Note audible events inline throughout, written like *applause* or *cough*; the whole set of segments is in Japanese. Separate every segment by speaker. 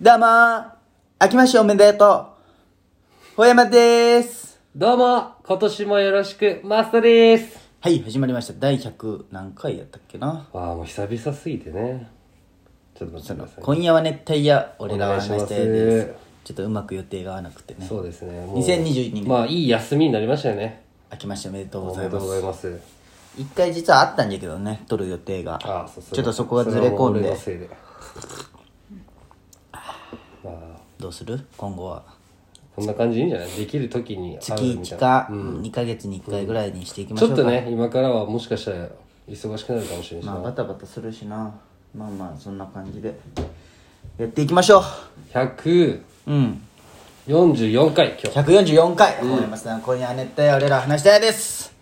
Speaker 1: どうもー明けましておめでとうほやまでーす
Speaker 2: どうも、今年もよろしく、マストです。
Speaker 1: はい、始まりました。第100何回やったっけな
Speaker 2: わあ、もう久々すぎてね。ちょっと待ってください。
Speaker 1: 今夜は熱帯夜、俺らは
Speaker 2: お願いし
Speaker 1: 話
Speaker 2: ま
Speaker 1: し
Speaker 2: す
Speaker 1: たいです。ちょっとうまく予定が合わなくてね。
Speaker 2: そうですね。もう
Speaker 1: 2022年、
Speaker 2: まあ、いい休みになりましたよね。
Speaker 1: 明けましておめでとう
Speaker 2: お
Speaker 1: ご
Speaker 2: め
Speaker 1: ざい
Speaker 2: でと
Speaker 1: ま
Speaker 2: うござい
Speaker 1: す。
Speaker 2: ます。
Speaker 1: 一回実はあったんだけどね、撮る予定が。
Speaker 2: ああ、そうそう。
Speaker 1: ちょっとそこがずれ込ん
Speaker 2: それは俺
Speaker 1: で
Speaker 2: の、せいで。まあ、
Speaker 1: どうする今後は。
Speaker 2: こんな感じでいいんじゃないできる時に
Speaker 1: 月
Speaker 2: 会うみ
Speaker 1: 1
Speaker 2: たいな。
Speaker 1: か2ヶ月に1回ぐらいにしていきまし
Speaker 2: ち
Speaker 1: ょう
Speaker 2: ょ
Speaker 1: か。
Speaker 2: っとね、今からはもしかしたら忙しくなるかもしれないし
Speaker 1: まあ
Speaker 2: な。
Speaker 1: バタバタするしな。まあまあ、そんな感じで。やっていきましょ
Speaker 2: 144
Speaker 1: ううん。
Speaker 2: 回、今日。
Speaker 1: 144回、思いますな今夜は熱帯夜俺ら話したいです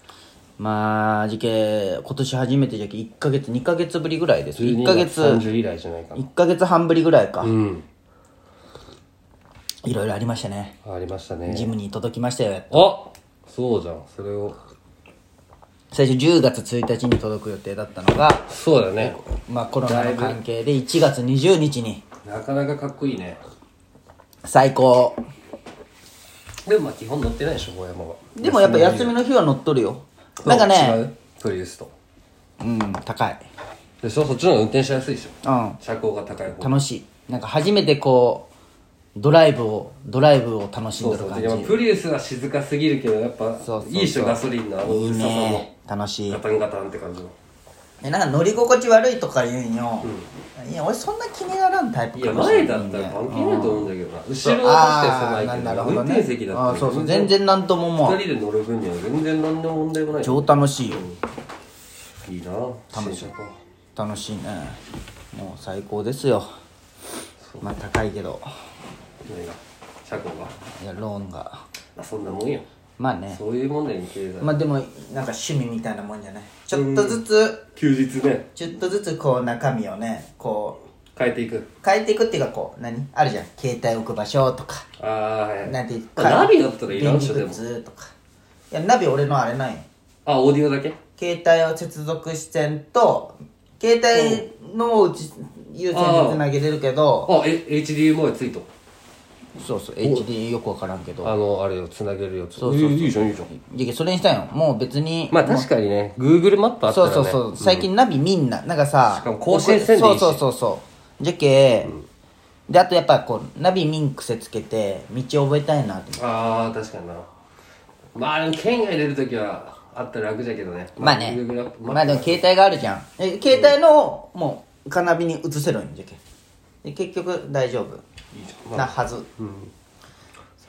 Speaker 1: まあ事件今年初めてじゃけ1ヶ月2ヶ月ぶりぐらいです1ヶ月
Speaker 2: 12月30以来じゃないかな。
Speaker 1: 1ヶ月半ぶりぐらいか、
Speaker 2: うん。
Speaker 1: いろいろありましたね
Speaker 2: ありましたね。
Speaker 1: ジムに届きましたよ
Speaker 2: あそうじゃんそれを
Speaker 1: 最初10月1日に届く予定だったのが
Speaker 2: そうだね
Speaker 1: まあコロナの関係で1月20日に
Speaker 2: なかなかかっこいいね
Speaker 1: 最高
Speaker 2: でもまあ基本乗ってないでしょ大山は
Speaker 1: でもやっぱ休みの日は乗っとるよなんか
Speaker 2: 違
Speaker 1: ね
Speaker 2: うプリウスと
Speaker 1: うん高い
Speaker 2: でそそっちの方が運転しやすいでしょ
Speaker 1: うん
Speaker 2: 車高が高い方
Speaker 1: 楽しいなんか初めてこうドライブをドライブを楽しんで
Speaker 2: そ
Speaker 1: る
Speaker 2: うそう
Speaker 1: 感
Speaker 2: で
Speaker 1: じ
Speaker 2: もプリウスは静かすぎるけどやっぱ
Speaker 1: そうそうそう
Speaker 2: いいでしょガソリンのあの
Speaker 1: いい
Speaker 2: 薄さも
Speaker 1: ね楽しい
Speaker 2: ガタンガタンって感じの
Speaker 1: えなんか乗り心地悪いとか言うんよ、いや俺そんな気にならんタイプ
Speaker 2: い
Speaker 1: か
Speaker 2: や
Speaker 1: もしれ
Speaker 2: 前
Speaker 1: ん
Speaker 2: だった
Speaker 1: 人
Speaker 2: ら
Speaker 1: 間
Speaker 2: 関係ないと思うんだけどな
Speaker 1: そ
Speaker 2: 後
Speaker 1: う
Speaker 2: ろ
Speaker 1: あ
Speaker 2: は
Speaker 1: あ
Speaker 2: 確かに狭いけど
Speaker 1: なるほ
Speaker 2: 運
Speaker 1: どね
Speaker 2: 転席だった
Speaker 1: あーそうそう全然なんとも思わ
Speaker 2: 2
Speaker 1: ん
Speaker 2: 人で乗る分には全然何の問題もない
Speaker 1: 超楽しいよ
Speaker 2: いいな楽しい
Speaker 1: 楽しいねもう最高ですよまあ高いけど
Speaker 2: 何が車庫が
Speaker 1: いやローンが
Speaker 2: まあそんなもんよ
Speaker 1: まあね
Speaker 2: そういうもんだよね経済、
Speaker 1: まあでもなんか趣味みたいなもんじゃないちょっとずつ
Speaker 2: 休日ね
Speaker 1: ちょっとずつこう中身をねこう
Speaker 2: 変えていく
Speaker 1: 変えていくっていうかこう何あるじゃん携帯置く場所とか
Speaker 2: ああはい
Speaker 1: なんていう
Speaker 2: まあナビだったらいらんでしょ
Speaker 1: 便
Speaker 2: で
Speaker 1: 利グ
Speaker 2: も
Speaker 1: ッズとかいやナビ俺のあれないよ
Speaker 2: あオーディオだけ
Speaker 1: 携帯を接続し線と携帯のうち優先でつなげれるけど
Speaker 2: あえ HDMI ついと
Speaker 1: そうそう HD よくわからんけど
Speaker 2: あのあれをつなげるやつ
Speaker 1: そうそうそう
Speaker 2: いいいいじゃんいいじゃん
Speaker 1: いやそれにしたんよもう別に
Speaker 2: まあ確かにね Google マップあった
Speaker 1: そ
Speaker 2: ら、
Speaker 1: う
Speaker 2: ね、
Speaker 1: そうそう、最近ナビみんななんかさ
Speaker 2: しかも更新せんでいいし
Speaker 1: そうそうそうそうじゃけ、であとやっぱこうナビミン癖つけて道覚えたいなって
Speaker 2: ああ確かになまあでも県外出るときはあったら楽じゃけどね
Speaker 1: まあね
Speaker 2: Google マップ
Speaker 1: まあでも携帯があるじゃんえ携帯のもうカーナビに移せるんじゃけで結局大丈夫
Speaker 2: いいじゃんま
Speaker 1: な
Speaker 2: あ
Speaker 1: はず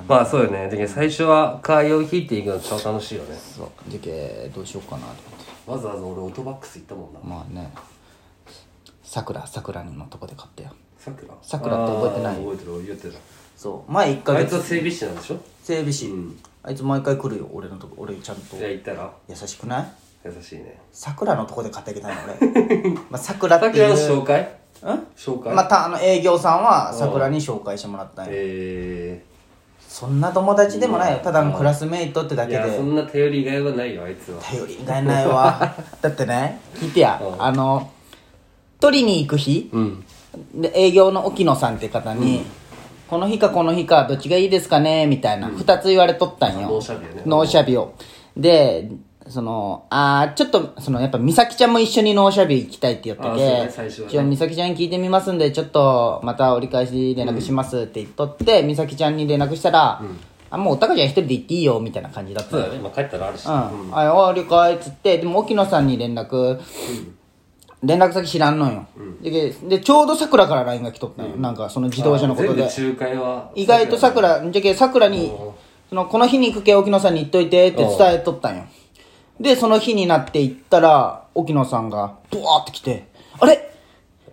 Speaker 2: まあそうよねで最初は会を引いていくの超楽しいよね
Speaker 1: そうじゃけどうしようかなと思って
Speaker 2: わざわざ俺オートバックス行ったもんな
Speaker 1: まあねさくらさくらのとこで買ったよ
Speaker 2: さくら
Speaker 1: さくらって覚えてない
Speaker 2: あー覚えてる言ってた
Speaker 1: そう前1ヶ
Speaker 2: あいつ
Speaker 1: 月
Speaker 2: は整備士なんでしょ
Speaker 1: 整備士、あいつ毎回来るよ俺のとこ俺ちゃんと
Speaker 2: じゃあ行ったら
Speaker 1: 優しくない
Speaker 2: 優しいね
Speaker 1: さくらのとこで買ってあげたの
Speaker 2: *laughs*
Speaker 1: 俺まあさくらっ
Speaker 2: さ
Speaker 1: て
Speaker 2: くら
Speaker 1: い
Speaker 2: の
Speaker 1: うん
Speaker 2: 紹介紹介、
Speaker 1: またあの営業さんはさくらに紹介してもらったんよ
Speaker 2: え
Speaker 1: そんな友達でもないよただのクラスメイトってだ
Speaker 2: ー、い
Speaker 1: けで
Speaker 2: やそんな頼りがいはないよあいつは
Speaker 1: 頼りがいない
Speaker 2: *laughs*
Speaker 1: わだってね聞いてや
Speaker 2: うん
Speaker 1: あの取りに行く日
Speaker 2: うん
Speaker 1: で営業の沖野さんって方に、この日かこの日かどっちがいいですかねみたいな、2つ言われとったんよ
Speaker 2: 納車日よね
Speaker 1: 納車日をでそのあーちょっとそのやっぱ美咲ちゃんも一緒に納車日行きたいって言って
Speaker 2: あー
Speaker 1: て、
Speaker 2: そうね最初はね
Speaker 1: 一応美咲ちゃんに聞いてみますんでちょっとまた折り返し連絡しますって言っとって、美咲ちゃんに連絡したら、あもうおたかちゃん一人で行っていいよみたいな感じだった
Speaker 2: そうだね今帰ったらあるし、
Speaker 1: うん、ああ了解っつってでも沖野さんに連絡、連絡先知らんのよ、ででちょうどさくらから LINE が来とったのよ、なんかその自動車のことで
Speaker 2: あー全部仲介は
Speaker 1: 意外とさくらじゃけさくらにそのこの日に行くけ沖野さんに言っといてって伝えとったんよでその日になって行ったら沖野さんがドワーって来て「あれ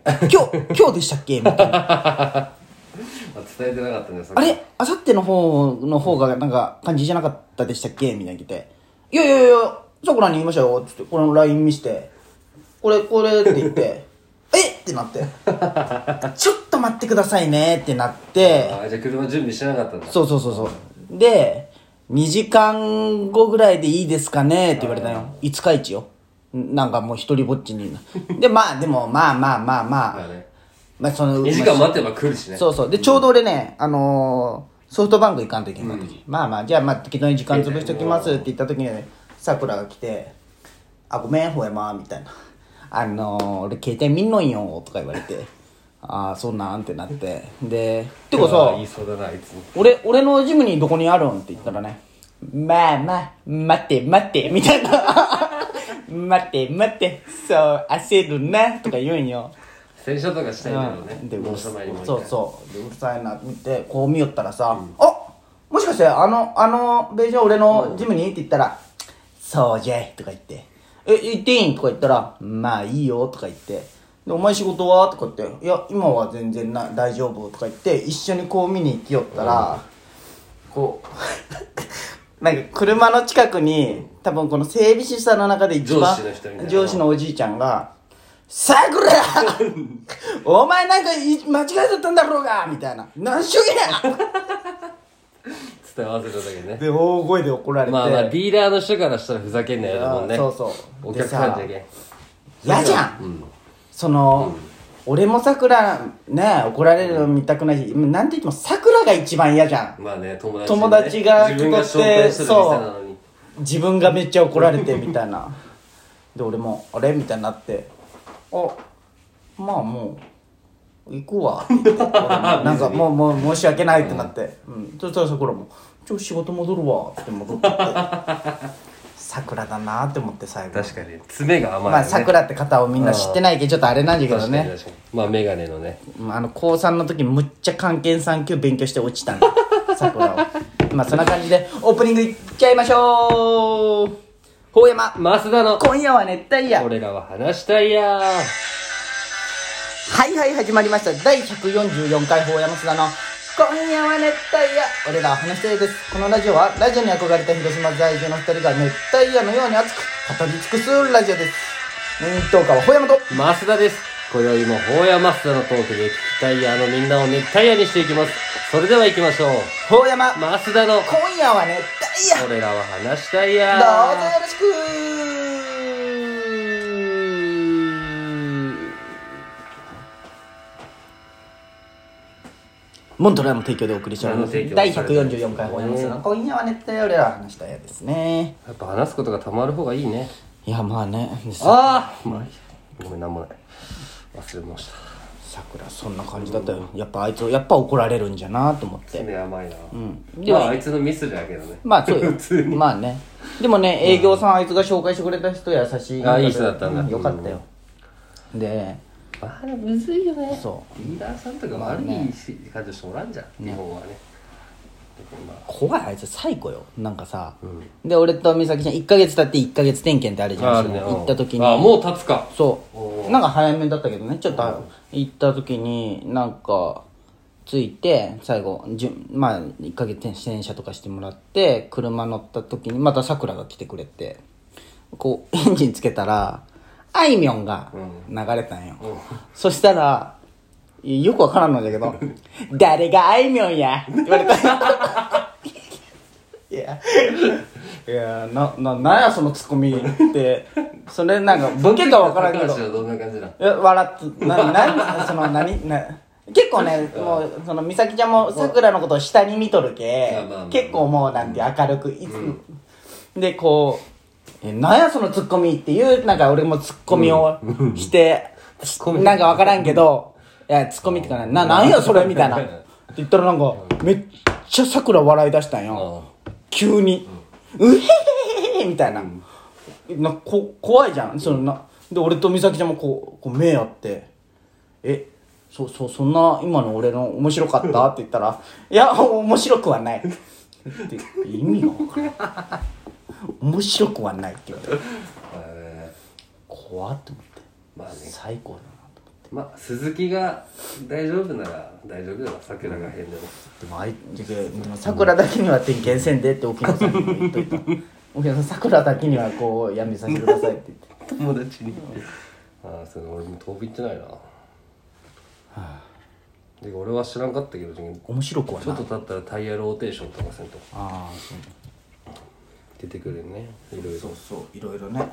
Speaker 1: 今日今日でしたっけ?」みたいな
Speaker 2: あ伝えてなかったんです
Speaker 1: あれあさっての方の方がなんか感じじゃなかったでしたっけみたいに来て「いやいやいやさくらに言いましたよ」つってこの LINE 見して「これこれ」って言って *laughs* 「えっ!」ってな
Speaker 2: *laughs*
Speaker 1: って「ちょっと待ってくださいね」ってなって
Speaker 2: あーじゃあ車準備してなかったんだ
Speaker 1: そうそうそうそうで2時間後ぐらいでいいですかねって言われたよ5日市よなんかもう一人ぼっちにでまあでもまあまあまあまあ
Speaker 2: だね
Speaker 1: まあ、その
Speaker 2: 2時間待てば来るしね。
Speaker 1: そうそうでちょうど俺ね、あのーソフトバンク行かんといけんかった時、まあまあじゃあまあ適当に時間潰しときますって言った時にねさくらが来て「あごめんほえま」みたいな *laughs* 「あのー、俺携帯見んのんよ」とか言われて *laughs* 「ああそんなん」ってなってでてか
Speaker 2: ああ
Speaker 1: さ
Speaker 2: 言いそうだな、あいつも。
Speaker 1: 俺俺のジムにどこにあるんって言ったらね「まあまあ待って待って」みたいな *laughs* 「待って待ってそう焦るな」とか言うんよ
Speaker 2: 洗車とかしたいんだろうね。
Speaker 1: でうるさ
Speaker 2: そ
Speaker 1: い
Speaker 2: にもう一回
Speaker 1: そうそうでうるさいなって見てこう見よったらさ「あもしかしてあのあのベージュ俺のジムに?」って言ったら「そうじゃい」とか言って「え行っていいん?」とか言ったら「まあいいよ」とか言って「でお前仕事は?」とか言って「いや今は全然な大丈夫」とか言って一緒にこう見に行きよったら、こう *laughs* なんか車の近くに多分この整備士さんの中で一番
Speaker 2: 上司の人みたいな
Speaker 1: 上司のおじいちゃんが「さくら *laughs* お前なんかい間違えちゃったんだろうが!」みたいな「何しゅうげな!
Speaker 2: 伝え合わせただけ」ね。
Speaker 1: で大声で怒られて、
Speaker 2: まあまあ、ディーラーの人からしたらふざけんなよだもんね。
Speaker 1: あそうそう
Speaker 2: お客さんじゃ
Speaker 1: で
Speaker 2: けん。
Speaker 1: 嫌じゃん、その、俺もさくらね怒られるの見たくないし、なんて言ってもさくらが一番嫌じゃん
Speaker 2: まあね、友達、ね。
Speaker 1: 友達が
Speaker 2: 自分が紹介してる店なのに。
Speaker 1: 自分がめっちゃ怒られてみたいなで俺も「あれ?」みたいになって「あまあもう行く
Speaker 2: *laughs*
Speaker 1: わ」って言って俺もなんかもうもう申し訳ないってなって、うん、そしたらそこらも「ちょ仕事戻るわ」って戻
Speaker 2: *laughs*
Speaker 1: ってって桜だなって思って最後
Speaker 2: 確かに。爪が甘い、ね。
Speaker 1: まあ桜って方をみんな知ってないけどちょっとあれなんだけど
Speaker 2: 確かに
Speaker 1: ね
Speaker 2: 確かに。まあ、メガネのね。
Speaker 1: まああの高3の時むっちゃ漢検3級勉強して落ちたんだ *laughs* 桜をまあそんな感じでオープニングいっちゃいましょうほうやま
Speaker 2: マスダの、
Speaker 1: 今夜は熱帯夜
Speaker 2: 俺らは話したいやー。
Speaker 1: はいはい始まりました第144回法山須田の「今夜は熱帯夜」俺らは話したいですこのラジオはラジオに憧れた広島在住の2人が熱帯夜のように熱く語り尽くすラジオですメイントーカーは法山と
Speaker 2: マスダです。今宵も、ホーヤマスダのトークで、タイヤーのみんなを熱帯夜にしていきます。それでは行きましょう。
Speaker 1: 法山
Speaker 2: マスダの、
Speaker 1: 今夜は熱帯夜
Speaker 2: 俺らは話したいや
Speaker 1: どう
Speaker 2: ー。
Speaker 1: ぞよろしくモントレアの提供でお送りしておりま
Speaker 2: モントレアの提
Speaker 1: す
Speaker 2: 供
Speaker 1: 第144回放送の今夜は熱帯夜俺らの話したやですね
Speaker 2: やっぱ話すことがたまる方がいいね。
Speaker 1: いやまあねさ
Speaker 2: ああまあいいやごめん、なんもない。忘れました。
Speaker 1: くらそんな感じだったよやっぱあいつやっぱ怒られるんじゃなと思
Speaker 2: *laughs*
Speaker 1: って
Speaker 2: 爪甘いな。うん。
Speaker 1: で
Speaker 2: ま
Speaker 1: は
Speaker 2: あ、あいつのミスだけどね。
Speaker 1: まあそうよ
Speaker 2: 普通に。
Speaker 1: まあねでもね営業さんあいつが紹介してくれた人優しい
Speaker 2: あいい人だったんだ
Speaker 1: うよかったよで
Speaker 2: まあ、むずいよね。。
Speaker 1: そう
Speaker 2: リーダーさんとか悪いし感じの人おらんじゃん。日本はね。まあ
Speaker 1: 怖いあいつ最高よなんかさ、で俺と美咲ちゃん1か月経って1か月点検ってあるじゃんその行った時に
Speaker 2: あ、もう立つか。
Speaker 1: そうなんか早めだったけどねちょっと行った時になんか着いて最後じゅまあ1か月転転車とかしてもらって車乗った時にまたさくらが来てくれてこうエ *laughs* ンジンつけたらあいみょんが流れたんよ、そしたらよくわからんのだけ *laughs* ど「誰があいみょんや!」って言われたいや *laughs* いやなななんやそのツッコミってそれなんかボケかわからんけど
Speaker 2: 高橋はどんな感じだ
Speaker 1: え笑ってななその何な結構ねもうその美咲ちゃんもさくらのことを下に見とるけ
Speaker 2: まあまあまあ
Speaker 1: 結構もうなんて明るくいつも、でこう「えなんやそのツッコミ」っていうなんか俺もツッコミをして、し
Speaker 2: コミ
Speaker 1: なんかわからんけど「いやツッコミ」ってかな「ななんやそれ」みたいなって言ったらなんかめっちゃさくら笑い出したんよ、急に「うへへへへ」みたいな,、なこ怖いじゃんそのなで俺と美咲ちゃんもこうこう目合って「えそそそんな今の俺の面白かった?」って言ったら「いや面白くはない」って意味が分からない面白くはないって言われて
Speaker 2: え
Speaker 1: 怖って思って
Speaker 2: ーまあね。
Speaker 1: 最高だなと思
Speaker 2: まあ、鈴木が大丈夫なら大丈夫だわ。桜が変でも。
Speaker 1: ってでもあいでも桜だけには点検せんでって沖野さんにも言っと *laughs* いた沖野さん桜だけにはこうやめさせてくださいって言って。
Speaker 2: 友達に。ああ、それ俺も遠く行ってないな。で俺は知らんかったけど、
Speaker 1: 面白くは
Speaker 2: ちょ
Speaker 1: な
Speaker 2: っと経ったらタイヤローテーションとかせんと
Speaker 1: ああそう
Speaker 2: 出てくるよねいろいろそう
Speaker 1: そういろいろね
Speaker 2: か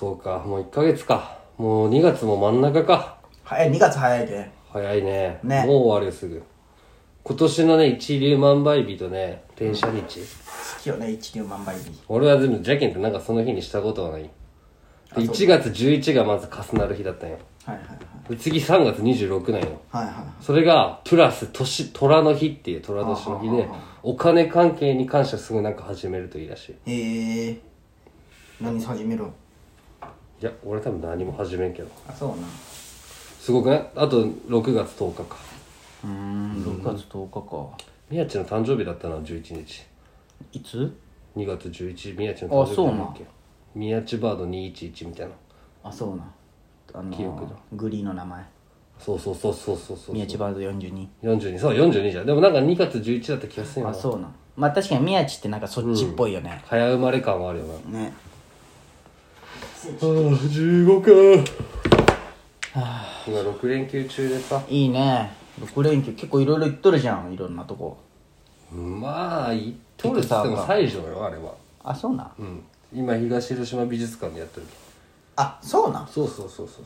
Speaker 2: もう1ヶ月かもう2月も真ん中か
Speaker 1: 早い、2月早いけん。
Speaker 2: 早いね
Speaker 1: ね
Speaker 2: もう終わるよすぐ今年のね一粒万倍日とね転写日、
Speaker 1: 好きよね、一流万倍日。
Speaker 2: 俺は全部じゃけんってなんかその日にしたことはないで1月11がまず重なる日だったんよ
Speaker 1: はいはいはい。
Speaker 2: で次3月26なんよ
Speaker 1: はいはい。
Speaker 2: それがプラス年虎の日っていう虎年の日でお金関係に関してはすぐなんか始めるといいらしい
Speaker 1: へえ何始めろ
Speaker 2: いや俺多分何も始めんけど
Speaker 1: あそうな
Speaker 2: すごくないあと6月10日か
Speaker 1: うーん6月10日か
Speaker 2: 宮地の誕生日だったのは11日
Speaker 1: いつ
Speaker 2: 2月11日宮地の誕生日なんだっけ宮地バード211みたいな
Speaker 1: あそうなあのー
Speaker 2: 記憶だ
Speaker 1: グリーンの名前
Speaker 2: そうそうそうそうそうそう
Speaker 1: 宮地バード42
Speaker 2: 42そう42じゃんでもなんか2月11だった気がするよ
Speaker 1: あ
Speaker 2: な
Speaker 1: そうなまあ確かに宮地ってなんかそっちっぽいよね、
Speaker 2: 早生まれ感はあるよな
Speaker 1: ね
Speaker 2: ああ15か今6連休中でさ
Speaker 1: いいね6連休結構いろいろ行っとるじゃんいろんなとこ
Speaker 2: まあ行っとるっつっても西条よあれは
Speaker 1: あそうな
Speaker 2: うん今東広島美術館でやってる
Speaker 1: あそうな
Speaker 2: そうそうそうそうそう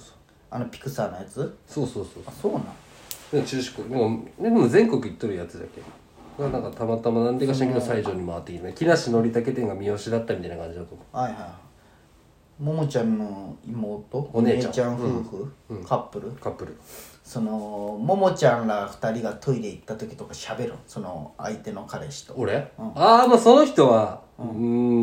Speaker 1: あのピクサーのやつ
Speaker 2: そうそうそう
Speaker 1: あそうな
Speaker 2: でも中四国でもでも全国行っとるやつだけがなんかたまたまなんでかしらんけど西条に回ってきてね木梨憲武店が三好だったみたいな感じだと思
Speaker 1: はいはいももちゃんの妹
Speaker 2: お姉ちゃん
Speaker 1: 夫婦、カップル
Speaker 2: うカップル
Speaker 1: そのももちゃんら二人がトイレ行った時とか喋るその相手の彼氏と
Speaker 2: 俺、ああもうその人はうー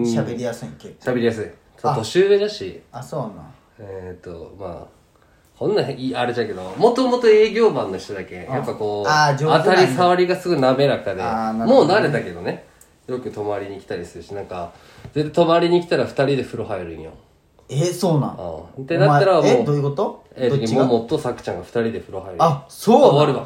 Speaker 2: ん
Speaker 1: 喋りやすいんけ
Speaker 2: 喋りやすいそう年上だし
Speaker 1: あそうな
Speaker 2: えっ、ー、とまあこんなんいいあれじゃけどもともと営業マンの人だけやっぱこう
Speaker 1: あー上手なん
Speaker 2: 当
Speaker 1: だ
Speaker 2: たり障りがすごい滑らかで
Speaker 1: あーなる
Speaker 2: も
Speaker 1: ほ
Speaker 2: う慣れたけどねよく泊まりに来たりするしなんか絶対泊まりに来たら2人で風呂入るんよ
Speaker 1: えそうなん
Speaker 2: ああってなったら
Speaker 1: お前
Speaker 2: もう
Speaker 1: えどういうこと
Speaker 2: えー、
Speaker 1: どっ
Speaker 2: 時
Speaker 1: ち
Speaker 2: も
Speaker 1: が
Speaker 2: もとさくちゃんが2人で風呂入る
Speaker 1: あそう
Speaker 2: 終
Speaker 1: な
Speaker 2: わ
Speaker 1: ん
Speaker 2: るわ